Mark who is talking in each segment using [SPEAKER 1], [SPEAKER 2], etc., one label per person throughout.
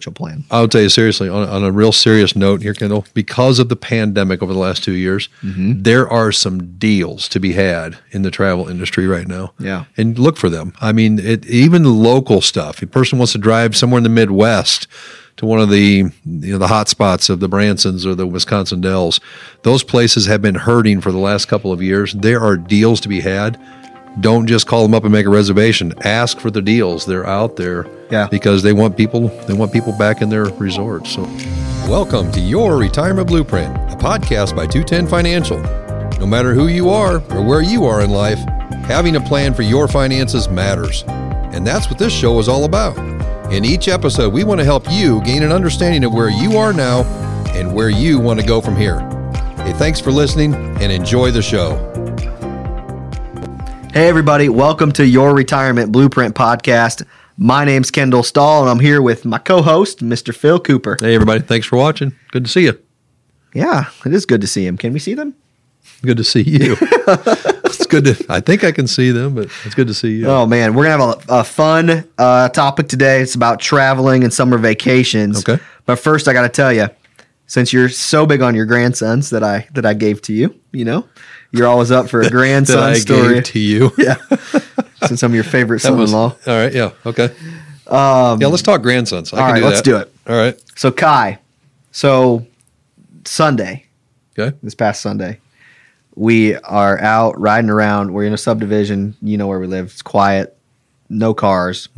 [SPEAKER 1] financial plan.
[SPEAKER 2] I'll tell you seriously, on, on a real serious note here, Kendall, because of the pandemic over the last two years, there are some deals to be had in the travel industry right now.
[SPEAKER 1] Yeah.
[SPEAKER 2] And look for them. I mean, it, even local stuff. If a person wants to drive somewhere in the Midwest to one of the you know the hot spots of the Bransons or the Wisconsin Dells, those places have been hurting for the last couple of years. There are deals to be had. Don't just call them up and make a reservation. Ask for the deals. They're out there
[SPEAKER 1] Yeah.
[SPEAKER 2] because they want people they want people back in their resorts. So welcome to your retirement blueprint, a podcast by 210 Financial. No matter who you are or where you are in life, having a plan for your finances matters. And that's what this show is all about. In each episode, we want to help you gain an understanding of where you are now and where you want to go from here. Hey, thanks for listening and enjoy the show.
[SPEAKER 1] Hey, everybody, welcome to your Retirement Blueprint podcast. My name's Kendall Stahl, and I'm here with my co host, Mr. Phil Cooper.
[SPEAKER 2] Hey, everybody. Thanks for watching. Good to see you.
[SPEAKER 1] Yeah, it is good to see him. Can we see them?
[SPEAKER 2] Good to see you. it's good to. I think I can see them, but it's good to see you.
[SPEAKER 1] Oh man, we're gonna have a, a fun uh, topic today. It's about traveling and summer vacations.
[SPEAKER 2] Okay.
[SPEAKER 1] But first, I gotta tell you, since you're so big on your grandsons that I that I gave to you, you know, you're always up for a
[SPEAKER 2] that I
[SPEAKER 1] grandson
[SPEAKER 2] gave
[SPEAKER 1] story.
[SPEAKER 2] to you.
[SPEAKER 1] yeah. Since I'm your favorite
[SPEAKER 2] That was-
[SPEAKER 1] son-in-law. Um,
[SPEAKER 2] all right. Yeah. Okay. yeah. Let's talk grandsons. I
[SPEAKER 1] all
[SPEAKER 2] can
[SPEAKER 1] right,
[SPEAKER 2] do
[SPEAKER 1] let's
[SPEAKER 2] that.
[SPEAKER 1] do it.
[SPEAKER 2] All right.
[SPEAKER 1] So Kai, so Sunday,
[SPEAKER 2] Okay.
[SPEAKER 1] this past Sunday. We are out riding around. We're in a subdivision. You know where we live. It's quiet, no cars.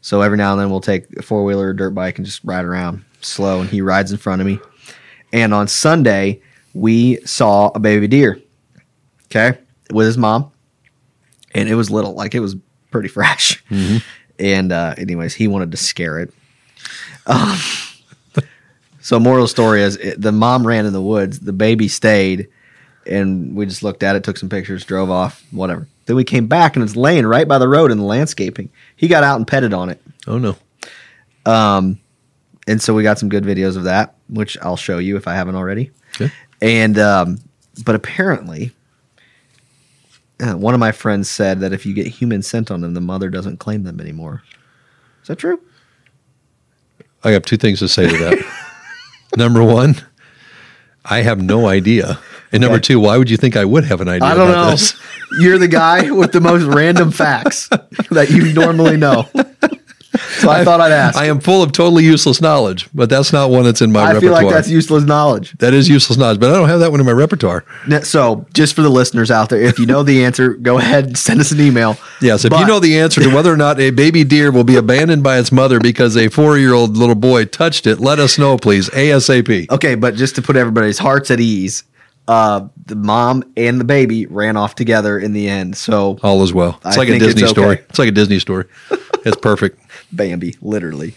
[SPEAKER 1] So every now and then we'll take a four wheeler or dirt bike and just ride around slow. And he rides in front of me. And on Sunday, we saw a baby deer, okay, with his mom. And it was little, like it was pretty fresh. And, uh, anyways, he wanted to scare it. So moral of the story is it, the mom ran in the woods, the baby stayed, and we just looked at it, took some pictures, drove off, whatever. Then we came back and it's laying right by the road in the landscaping. He got out and petted on it.
[SPEAKER 2] Oh no.
[SPEAKER 1] And so we got some good videos of that, which I'll show you if I haven't already.
[SPEAKER 2] Okay.
[SPEAKER 1] And um, but apparently uh, one of my friends said that if you get human scent on them, the mother doesn't claim them anymore. Is that true?
[SPEAKER 2] I have two things to say to that. number one, I have no idea. And number
[SPEAKER 1] Okay.
[SPEAKER 2] two, why would you think I would have an idea?
[SPEAKER 1] I don't
[SPEAKER 2] about
[SPEAKER 1] know.
[SPEAKER 2] This?
[SPEAKER 1] You're the guy with the most random facts that you normally know. So I thought I'd ask.
[SPEAKER 2] I
[SPEAKER 1] I,
[SPEAKER 2] am full of totally useless knowledge, but that's not one that's in my
[SPEAKER 1] feel
[SPEAKER 2] repertoire.
[SPEAKER 1] like that's useless knowledge.
[SPEAKER 2] that is useless knowledge, but I don't have that one in my repertoire.
[SPEAKER 1] N- So, just for the listeners out there, if you know the answer, go ahead and send us an email.
[SPEAKER 2] Yes, if
[SPEAKER 1] But-
[SPEAKER 2] you know the answer to whether or not a baby deer will be abandoned by its mother because a four year old little boy touched it, let us know, please. ASAP.
[SPEAKER 1] Okay, but just to put everybody's hearts at ease, uh, the mom and the baby ran off together in the end. So,
[SPEAKER 2] All is well. It's
[SPEAKER 1] I
[SPEAKER 2] like a
[SPEAKER 1] think it's
[SPEAKER 2] Disney story.
[SPEAKER 1] okay.
[SPEAKER 2] It's like a Disney story. It's perfect.
[SPEAKER 1] Bambi, literally.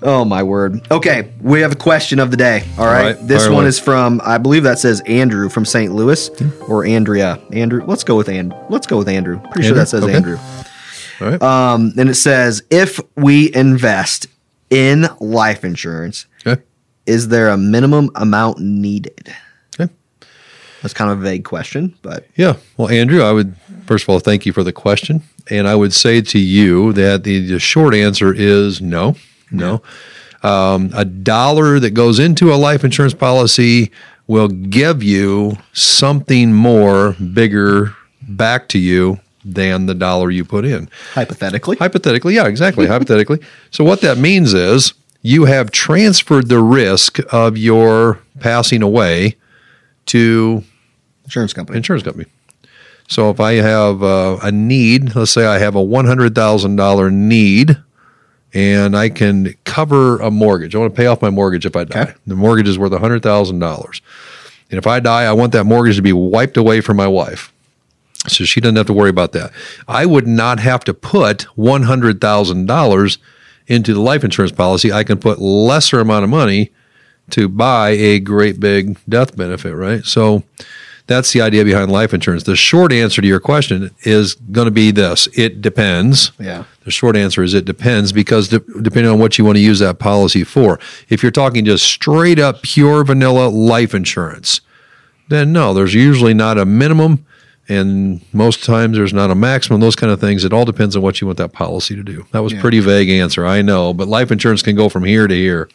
[SPEAKER 1] Oh my word. Okay, we have a question of the day. All right.
[SPEAKER 2] right,
[SPEAKER 1] This
[SPEAKER 2] fire
[SPEAKER 1] one
[SPEAKER 2] away.
[SPEAKER 1] is from I believe that says Andrew from St. Louis or Andrea. Andrew, let's go with and let's go with Andrew. Pretty sure
[SPEAKER 2] Andrew?
[SPEAKER 1] that says
[SPEAKER 2] Okay.
[SPEAKER 1] Andrew.
[SPEAKER 2] All right.
[SPEAKER 1] Um, and it says if we invest in life insurance,
[SPEAKER 2] okay.
[SPEAKER 1] is there a minimum amount needed?
[SPEAKER 2] Okay.
[SPEAKER 1] That's kind of a vague question, but
[SPEAKER 2] Yeah. Well, Andrew, I would first of all thank you for the question. And I would say to you that the, the short answer is no. No. Um, a dollar that goes into a life insurance policy will give you something more bigger back to you than the dollar you put in.
[SPEAKER 1] hypothetically.
[SPEAKER 2] Hypothetically, yeah, exactly. Hypothetically. So what that means is you have transferred the risk of your passing away to
[SPEAKER 1] insurance company.
[SPEAKER 2] insurance company. So if I have uh, a need, let's say I have a one hundred thousand dollar need, and I can cover a mortgage. I want to pay off my mortgage if I die.
[SPEAKER 1] Okay.
[SPEAKER 2] The mortgage is worth hundred thousand dollars, and if I die, I want that mortgage to be wiped away from my wife, so she doesn't have to worry about that. I would not have to put one hundred thousand dollars into the life insurance policy. I can put lesser amount of money to buy a great big death benefit, right? So that's the idea behind life insurance. The short answer to your question is going to be this it depends.
[SPEAKER 1] Yeah.
[SPEAKER 2] The short answer is it depends because de- depending on what you want to use that policy for. If you're talking just straight up pure vanilla life insurance, then no, there's usually not a minimum And most times there's not a maximum, those kind of things. It all depends on what you want that policy to do. That was
[SPEAKER 1] Yeah.
[SPEAKER 2] pretty vague answer, I know, but life insurance can go from here to here.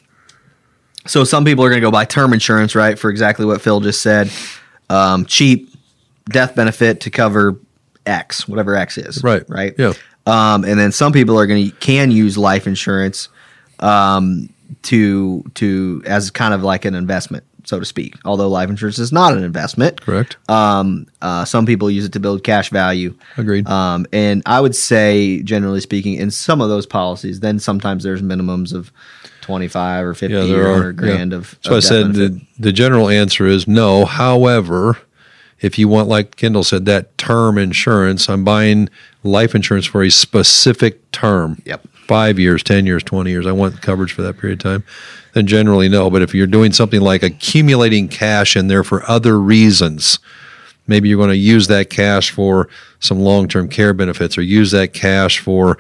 [SPEAKER 1] So some people are going to go buy term insurance, right? For exactly what Phil just said, um, cheap death benefit to cover X, whatever X is,
[SPEAKER 2] Right.
[SPEAKER 1] Right.
[SPEAKER 2] Yeah.
[SPEAKER 1] Um, and then some people are going to can use life insurance um, to to as kind of like an investment, so to speak. Although life insurance is not an investment,
[SPEAKER 2] Correct.
[SPEAKER 1] um, uh, some people use it to build cash value.
[SPEAKER 2] Agreed.
[SPEAKER 1] Um, and I would say, generally speaking, in some of those policies, then sometimes there's minimums of twenty five or fifty
[SPEAKER 2] yeah,
[SPEAKER 1] or
[SPEAKER 2] there are.
[SPEAKER 1] 100
[SPEAKER 2] yeah.
[SPEAKER 1] grand of. of
[SPEAKER 2] So I
[SPEAKER 1] death
[SPEAKER 2] said
[SPEAKER 1] benefit.
[SPEAKER 2] the, the general answer is no. However, if you want, like Kendall said, that term insurance, I'm buying life insurance for a specific term.
[SPEAKER 1] Yep.
[SPEAKER 2] Five years, 10 years, 20 years. I want coverage for that period of time. Then generally no. But if you're doing something like accumulating cash in there for other reasons, maybe you're going to use that cash for some long-term care benefits or use that cash for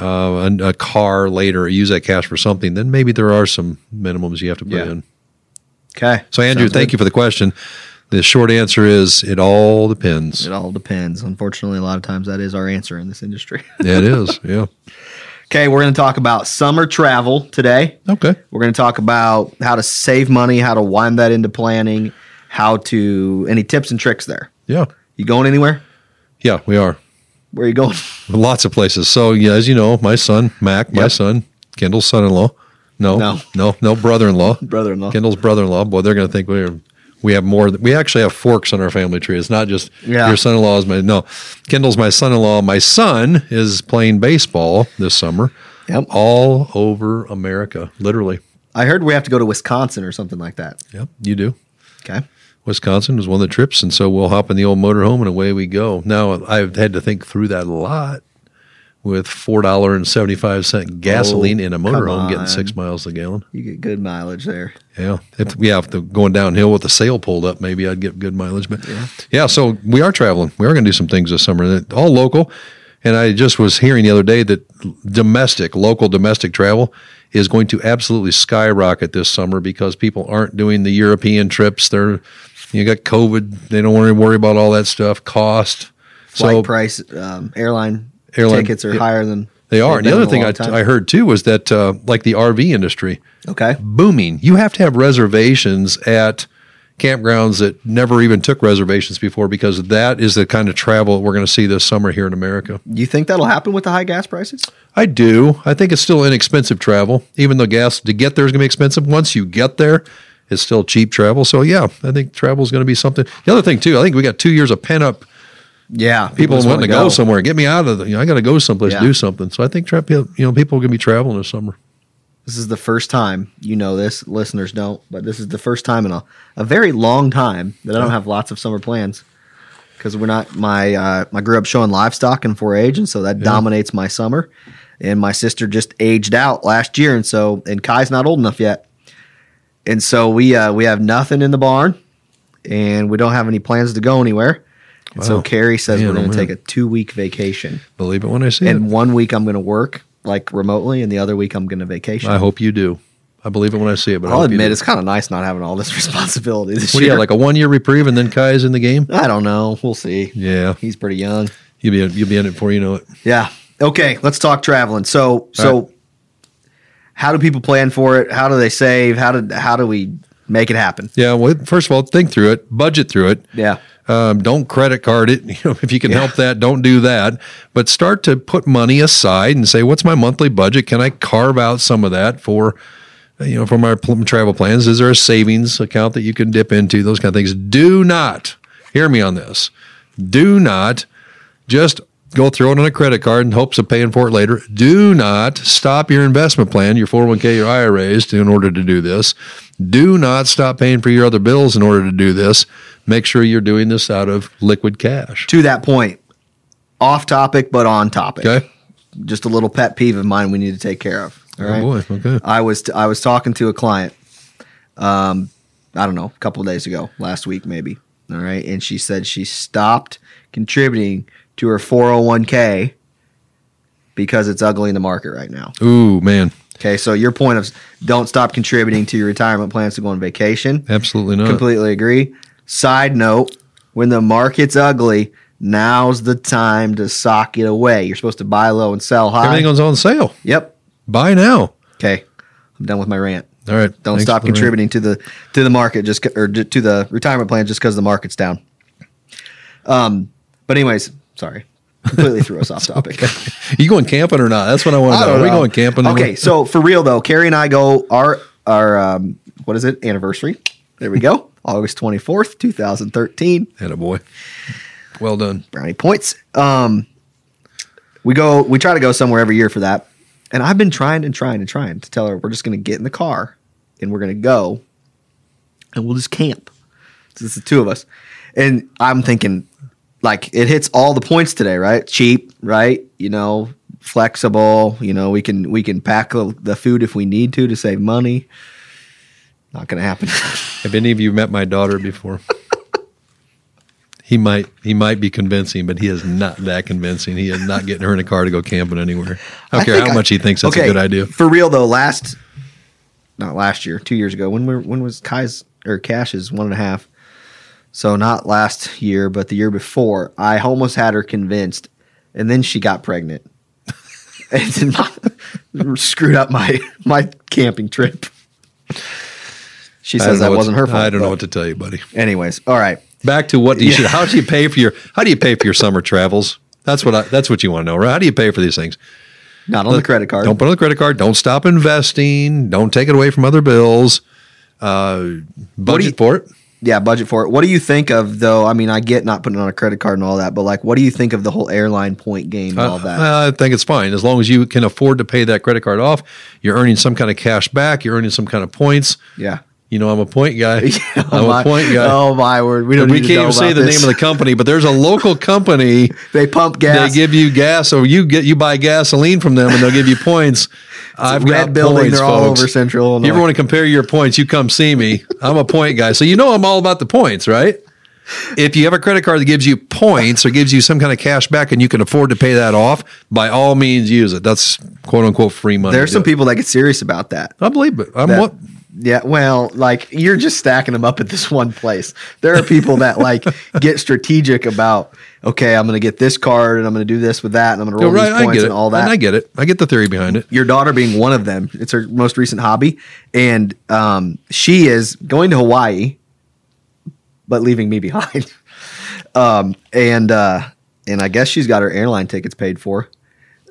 [SPEAKER 2] uh, a, a car later or use that cash for something then maybe there are some minimums you have to put
[SPEAKER 1] Yeah.
[SPEAKER 2] in
[SPEAKER 1] okay.
[SPEAKER 2] so andrew
[SPEAKER 1] Sounds
[SPEAKER 2] thank
[SPEAKER 1] good.
[SPEAKER 2] you for the question the short answer is it all depends
[SPEAKER 1] It all depends. Unfortunately, a lot of times that is our answer in this industry.
[SPEAKER 2] yeah, it is yeah
[SPEAKER 1] okay, we're going to talk about summer travel today.
[SPEAKER 2] okay
[SPEAKER 1] We're going to talk about how to save money, how to wind that into planning, how to any tips and tricks there.
[SPEAKER 2] yeah
[SPEAKER 1] You going anywhere?
[SPEAKER 2] yeah we are
[SPEAKER 1] Where are you going?
[SPEAKER 2] lots of places so yeah as you know my son mac my
[SPEAKER 1] Yep.
[SPEAKER 2] son kendall's son-in-law no
[SPEAKER 1] No.
[SPEAKER 2] no no, no brother-in-law
[SPEAKER 1] Brother-in-law.
[SPEAKER 2] Kendall's brother-in-law. Boy, they're going to think we're we have more. th- We actually have forks on our family tree. It's not just
[SPEAKER 1] Yeah.
[SPEAKER 2] your son-in-law is my no. Kendall's my son-in-law. My son is playing baseball this summer.
[SPEAKER 1] Yep.
[SPEAKER 2] all over America, literally.
[SPEAKER 1] I heard we have to go to Wisconsin or something like that.
[SPEAKER 2] Yep, you do.
[SPEAKER 1] Okay.
[SPEAKER 2] Wisconsin was one of the trips, and so we'll hop in the old motorhome and away we go. Now I've had to think through that a lot with four dollar and seventy five cent gasoline
[SPEAKER 1] Oh,
[SPEAKER 2] in a
[SPEAKER 1] come
[SPEAKER 2] motorhome getting
[SPEAKER 1] on.
[SPEAKER 2] six miles a gallon.
[SPEAKER 1] You get good mileage there.
[SPEAKER 2] Yeah, if yeah, if the, going downhill with the sail pulled up, maybe I'd get good mileage. But yeah, so we are traveling. We are going to do some things this summer, and it- all local. And I just was hearing the other day that domestic, local domestic travel is going to absolutely skyrocket this summer because people aren't doing the European trips. They're you got COVID. They don't want to worry about all that stuff. Cost.
[SPEAKER 1] Flight price, um, airline,
[SPEAKER 2] Airline-
[SPEAKER 1] tickets are
[SPEAKER 2] yeah.
[SPEAKER 1] higher than
[SPEAKER 2] They are.
[SPEAKER 1] they've
[SPEAKER 2] And the
[SPEAKER 1] been
[SPEAKER 2] other
[SPEAKER 1] in a
[SPEAKER 2] thing
[SPEAKER 1] long
[SPEAKER 2] I,
[SPEAKER 1] time.
[SPEAKER 2] I heard too was that, uh, like the RV industry,
[SPEAKER 1] Okay.
[SPEAKER 2] booming. You have to have reservations at campgrounds that never even took reservations before because that is the kind of travel we're going to see this summer here in America.
[SPEAKER 1] Do you think that'll happen with the high gas prices?
[SPEAKER 2] I do. I think it's still inexpensive travel, even though gas to get there is going to be expensive. Once you get there, it's still cheap travel. So yeah, I think travel is going to be something. The other thing too, I think we got two years of pent up
[SPEAKER 1] Yeah.
[SPEAKER 2] people
[SPEAKER 1] just
[SPEAKER 2] wanting to
[SPEAKER 1] wanna
[SPEAKER 2] go. somewhere. Get me out of the. You know, I got to go someplace
[SPEAKER 1] Yeah.
[SPEAKER 2] to do something. So I think tra- you know people are going to be traveling this summer.
[SPEAKER 1] This is the first time, you know this, listeners don't, but this is the first time in a, a very long time that I don't have lots of summer plans because we're not, my, uh, I grew up showing livestock and 4 H, and so that dominates my summer. And my sister just aged out last year, and so, and Kai's not old enough yet. And so we, uh, we have nothing in the barn and we don't have any plans to go anywhere. And so
[SPEAKER 2] Wow.
[SPEAKER 1] Carrie says
[SPEAKER 2] Man,
[SPEAKER 1] we're
[SPEAKER 2] oh,
[SPEAKER 1] going to
[SPEAKER 2] man.
[SPEAKER 1] take a two week vacation.
[SPEAKER 2] Believe it when I see
[SPEAKER 1] And
[SPEAKER 2] it.
[SPEAKER 1] one week I'm going to work like remotely, and the other week I'm going to vacation.
[SPEAKER 2] I hope you do. I believe it when I see it. But I
[SPEAKER 1] I'll
[SPEAKER 2] hope you
[SPEAKER 1] admit
[SPEAKER 2] do.
[SPEAKER 1] it's kind of nice not having all this responsibility this
[SPEAKER 2] What do you
[SPEAKER 1] year.
[SPEAKER 2] have, like a one year reprieve and then Kai's in the game?
[SPEAKER 1] I don't know. We'll see.
[SPEAKER 2] Yeah.
[SPEAKER 1] He's pretty young.
[SPEAKER 2] You'll be, you'll be in it before you know it.
[SPEAKER 1] Yeah. Okay. Let's talk traveling. So so,
[SPEAKER 2] right.
[SPEAKER 1] how do people plan for it? How do they save? How did how do we make it happen?
[SPEAKER 2] Yeah. Well, first of all, think through it, budget through it.
[SPEAKER 1] Yeah.
[SPEAKER 2] Um, don't credit card it. You know, if you can help that, don't do that. But start to put money aside and say, what's my monthly budget? Can I carve out some of that for, you know, for my pl- travel plans? Is there a savings account that you can dip into? Those kind of things. Do not hear me on this. Do not just go throw it on a credit card in hopes of paying for it later. Do not stop your investment plan, your 401k, your IRAs in order to do this. Do not stop paying for your other bills in order to do this. Make sure you're doing this out of liquid cash.
[SPEAKER 1] To that point, off topic but on topic.
[SPEAKER 2] Okay.
[SPEAKER 1] Just a little pet peeve of mine we need to take care of. All
[SPEAKER 2] Oh,
[SPEAKER 1] right.
[SPEAKER 2] boy. Okay.
[SPEAKER 1] I was t- I was talking to a client, um, I don't know, a couple of days ago, last week maybe. All right, and she said she stopped contributing to her 401k because it's ugly in the market right now.
[SPEAKER 2] Ooh, man.
[SPEAKER 1] Okay, so your point of s- don't stop contributing to your retirement plans to go on vacation.
[SPEAKER 2] Uh. Absolutely not.
[SPEAKER 1] Completely agree. Side note: when the market's ugly, Now's the time to sock it away. You're supposed to buy low and sell high.
[SPEAKER 2] Everything was on sale.
[SPEAKER 1] yep.
[SPEAKER 2] Buy now.
[SPEAKER 1] Okay. I'm done with my rant.
[SPEAKER 2] All right.
[SPEAKER 1] Don't
[SPEAKER 2] Thanks
[SPEAKER 1] stop
[SPEAKER 2] for the rant.
[SPEAKER 1] contributing to the to the market just c- or ju- to the retirement plan just because the market's down. Um, but anyways, sorry, completely threw us off topic.
[SPEAKER 2] you going camping or not? That's what I want to know. Are Oh, we going camping?
[SPEAKER 1] Okay, so for real though, Carrie and I go our our um, what is it anniversary? There we go, August twenty fourth, two thousand thirteen.
[SPEAKER 2] a boy. Well done.
[SPEAKER 1] brownie points. Um, we go, we try to go somewhere every year for that. And I've been trying and trying and trying to tell her we're just going to get in the car and we're going to go and we'll just camp. So it's the two of us. And I'm thinking, like, it hits all the points today, right? Cheap, right? You know, flexible. You know, we can we can pack the the food if we need to to save money. Not going to happen.
[SPEAKER 2] Have any of you met my daughter before? he might he might be convincing, but he is not that convincing. He is not getting her in a car to go camping anywhere. I don't care
[SPEAKER 1] think
[SPEAKER 2] how
[SPEAKER 1] I-
[SPEAKER 2] much he thinks that's
[SPEAKER 1] Okay,
[SPEAKER 2] a good idea.
[SPEAKER 1] For real though, last not last year, two years ago, when we were, when was Kai's or Cash's one and a half? So not last year, but the year before, I almost had her convinced, and then she got pregnant, and then my, screwed up my my camping trip. She
[SPEAKER 2] don't
[SPEAKER 1] says
[SPEAKER 2] know
[SPEAKER 1] that
[SPEAKER 2] what-
[SPEAKER 1] wasn't her fault.
[SPEAKER 2] I don't know
[SPEAKER 1] but
[SPEAKER 2] what to tell you, buddy.
[SPEAKER 1] Anyways, all right.
[SPEAKER 2] Back to what do you should, how do you pay for your how do you pay for your summer travels? That's what I, that's what you want to know, right? How do you pay for these things?
[SPEAKER 1] Not on the credit card.
[SPEAKER 2] Don't put it on the credit card. Don't stop investing. Don't take it away from other bills. Uh, budget
[SPEAKER 1] you-
[SPEAKER 2] for it.
[SPEAKER 1] yeah, budget for it. What do you think of though? I mean, I get not putting it on a credit card and all that, but like, what do you think of the whole airline point game and all that?
[SPEAKER 2] Uh, I think it's fine as long as you can afford to pay that credit card off. You're earning some kind of cash back. You're earning some kind of points.
[SPEAKER 1] yeah.
[SPEAKER 2] You know, I'm a point guy. I'm
[SPEAKER 1] my,
[SPEAKER 2] a point guy.
[SPEAKER 1] Oh my word! We don't.
[SPEAKER 2] And we
[SPEAKER 1] need
[SPEAKER 2] can't
[SPEAKER 1] to know
[SPEAKER 2] even say
[SPEAKER 1] about
[SPEAKER 2] the
[SPEAKER 1] this.
[SPEAKER 2] name of the company, but there's a local company.
[SPEAKER 1] They pump gas.
[SPEAKER 2] They give you gas, or you get you buy gasoline from them, and they'll give you points. I've
[SPEAKER 1] red
[SPEAKER 2] got
[SPEAKER 1] building.
[SPEAKER 2] points,
[SPEAKER 1] they're all
[SPEAKER 2] folks.
[SPEAKER 1] over Central Illinois.
[SPEAKER 2] You ever want to compare your points? You come see me. I'm a point guy, so you know I'm all about the points, right? If you have a credit card that gives you points or gives you some kind of cash back, and you can afford to pay that off, by all means use it. That's quote unquote free money.
[SPEAKER 1] There's
[SPEAKER 2] Do
[SPEAKER 1] some
[SPEAKER 2] it.
[SPEAKER 1] people that get serious about that.
[SPEAKER 2] I believe it. I'm
[SPEAKER 1] That-
[SPEAKER 2] what
[SPEAKER 1] Yeah, well, like you're just stacking them up at this one place. There are people that like get strategic about. Okay, I'm going to get this card, and I'm going to do this with that, and I'm going to roll
[SPEAKER 2] right.
[SPEAKER 1] these
[SPEAKER 2] I
[SPEAKER 1] points
[SPEAKER 2] get it.
[SPEAKER 1] and all that.
[SPEAKER 2] And I get it. I get the theory behind it.
[SPEAKER 1] your daughter being one of them. It's her most recent hobby, and um, she is going to Hawaii, but leaving me behind. um, and uh, and I guess she's got her airline tickets paid for,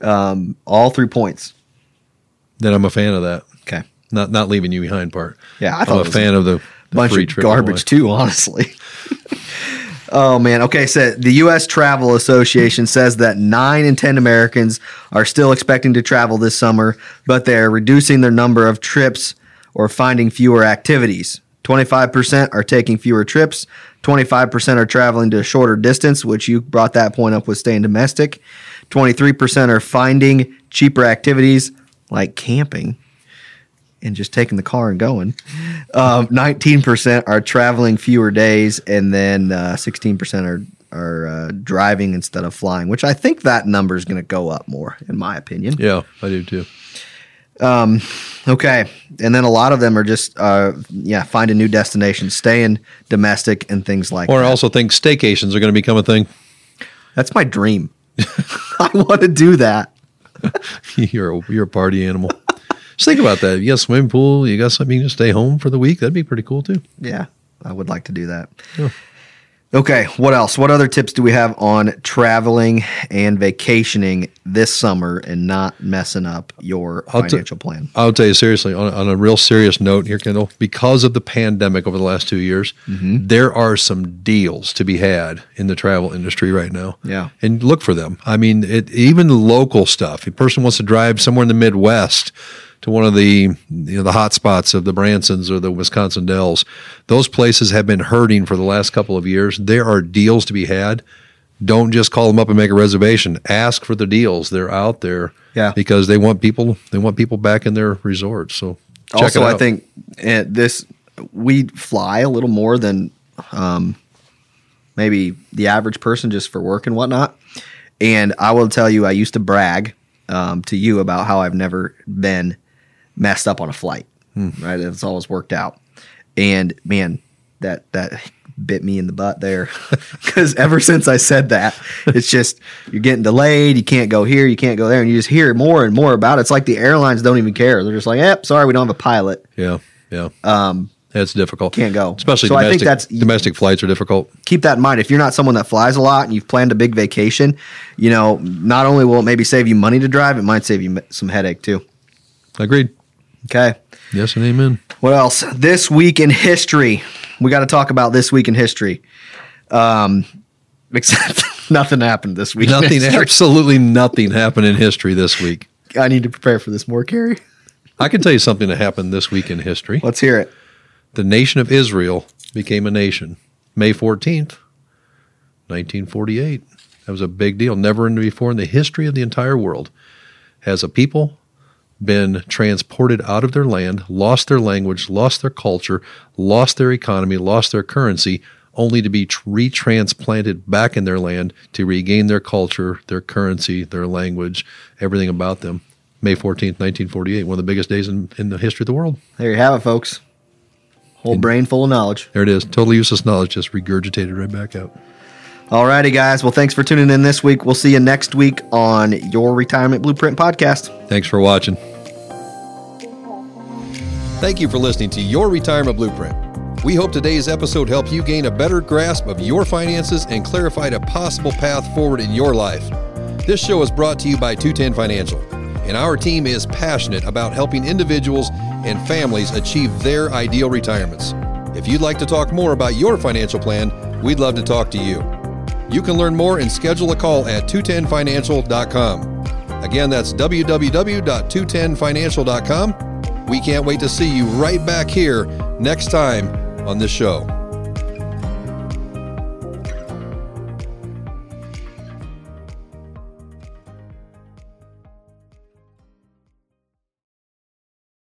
[SPEAKER 1] um, all through points.
[SPEAKER 2] Then I'm a fan of that.
[SPEAKER 1] Okay,
[SPEAKER 2] Not not leaving you behind part.
[SPEAKER 1] Yeah, I
[SPEAKER 2] I
[SPEAKER 1] thought
[SPEAKER 2] am
[SPEAKER 1] it
[SPEAKER 2] a
[SPEAKER 1] was
[SPEAKER 2] fan of the, the
[SPEAKER 1] bunch
[SPEAKER 2] free
[SPEAKER 1] of
[SPEAKER 2] trip
[SPEAKER 1] garbage
[SPEAKER 2] away.
[SPEAKER 1] too, honestly. oh man. Okay, so the U.S. Travel Association says that nine in ten Americans are still expecting to travel this summer, but they are reducing their number of trips or finding fewer activities. Twenty-five percent are taking fewer trips. Twenty-five percent are traveling to a shorter distance, which you brought that point up with staying domestic. Twenty-three percent are finding cheaper activities like camping and just taking the car and going. Um, Nineteen percent are traveling fewer days, and then uh, sixteen percent are are uh, driving instead of flying. Which I think that number is going to go up more, in my opinion.
[SPEAKER 2] Yeah, I do too.
[SPEAKER 1] Okay, and then a lot of them are just uh, yeah, find a new destination, staying domestic, and things like.
[SPEAKER 2] Or I
[SPEAKER 1] that.
[SPEAKER 2] also think staycations are going to become a thing.
[SPEAKER 1] That's my dream. I want to do that.
[SPEAKER 2] you're a, you're a party animal. Just think about that. You got a swimming pool. You got something. You can stay home for the week. That'd be pretty cool too.
[SPEAKER 1] Yeah, I would like to do that. Okay, what else? What other tips do we have on traveling and vacationing this summer and not messing up your
[SPEAKER 2] I'll t-
[SPEAKER 1] financial plan?
[SPEAKER 2] I'll tell you seriously, on a, on a real serious note here, Kendall, because of the pandemic over the last two years, there are some deals to be had in the travel industry right now.
[SPEAKER 1] Yeah.
[SPEAKER 2] And look for them. I mean, it, even local stuff. If a person wants to drive somewhere in the Midwest to one of the you know, the hot spots of the Bransons or the Wisconsin Dells, those places have been hurting for the last couple of years. There are deals to be had. Don't just call them up and make a reservation. Ask for the deals. They're out there
[SPEAKER 1] Yeah.
[SPEAKER 2] because they want people they want people back in their resorts. So check
[SPEAKER 1] also,
[SPEAKER 2] it out.
[SPEAKER 1] I think eh, this we fly a little more than um, maybe the average person just for work and whatnot. And I will tell you, I used to brag um, to you about how I've never been messed up on a flight. Right, it's always worked out. And man, that that bit me in the butt there because ever since I said that, it's just you're getting delayed. You can't go here, you can't go there, and you just hear more and more about it. It's like the airlines don't even care. They're just like, "Yep, sorry, we don't have a pilot.
[SPEAKER 2] Yeah, yeah.
[SPEAKER 1] Um,
[SPEAKER 2] That's difficult.
[SPEAKER 1] can't go."
[SPEAKER 2] Especially
[SPEAKER 1] so.
[SPEAKER 2] domestic,
[SPEAKER 1] I think that's
[SPEAKER 2] domestic flights are difficult.
[SPEAKER 1] keep that in mind. If you're not someone that flies a lot and you've planned a big vacation, you know, not only will it maybe save you money to drive, it might save you m- some headache too.
[SPEAKER 2] Agreed.
[SPEAKER 1] Okay.
[SPEAKER 2] Yes and amen.
[SPEAKER 1] What else? This week in history. We got to talk about this week in history. Um, except nothing happened this week. in
[SPEAKER 2] Nothing,
[SPEAKER 1] history.
[SPEAKER 2] absolutely nothing happened in history this week.
[SPEAKER 1] I need to prepare for this more, Carrie.
[SPEAKER 2] I can tell you something that happened this week in history.
[SPEAKER 1] Let's hear it.
[SPEAKER 2] The nation of Israel became a nation May 14th, 1948. That was a big deal. Never before in the history of the entire world has a people been transported out of their land, lost their language, lost their culture, lost their economy, lost their currency, only to be tr- retransplanted back in their land to regain their culture, their currency, their language, everything about them. May 14th, 1948, one of the biggest days in, in the history of the world.
[SPEAKER 1] There you have it, folks. Whole brain full of knowledge.
[SPEAKER 2] There it is. Totally useless knowledge just regurgitated right back out.
[SPEAKER 1] Alrighty, guys. Well, thanks for tuning in this week. We'll see you next week on your Retirement Blueprint podcast.
[SPEAKER 2] Thanks for watching. Thank you for listening to Your Retirement Blueprint. We hope today's episode helped you gain a better grasp of your finances and clarified a possible path forward in your life. This show is brought to you by 210 Financial, and our team is passionate about helping individuals and families achieve their ideal retirements. If you'd like to talk more about your financial plan, we'd love to talk to you. You can learn more and schedule a call at 210financial.com. Again, that's www.210financial.com. We can't wait to see you right back here next time on this show.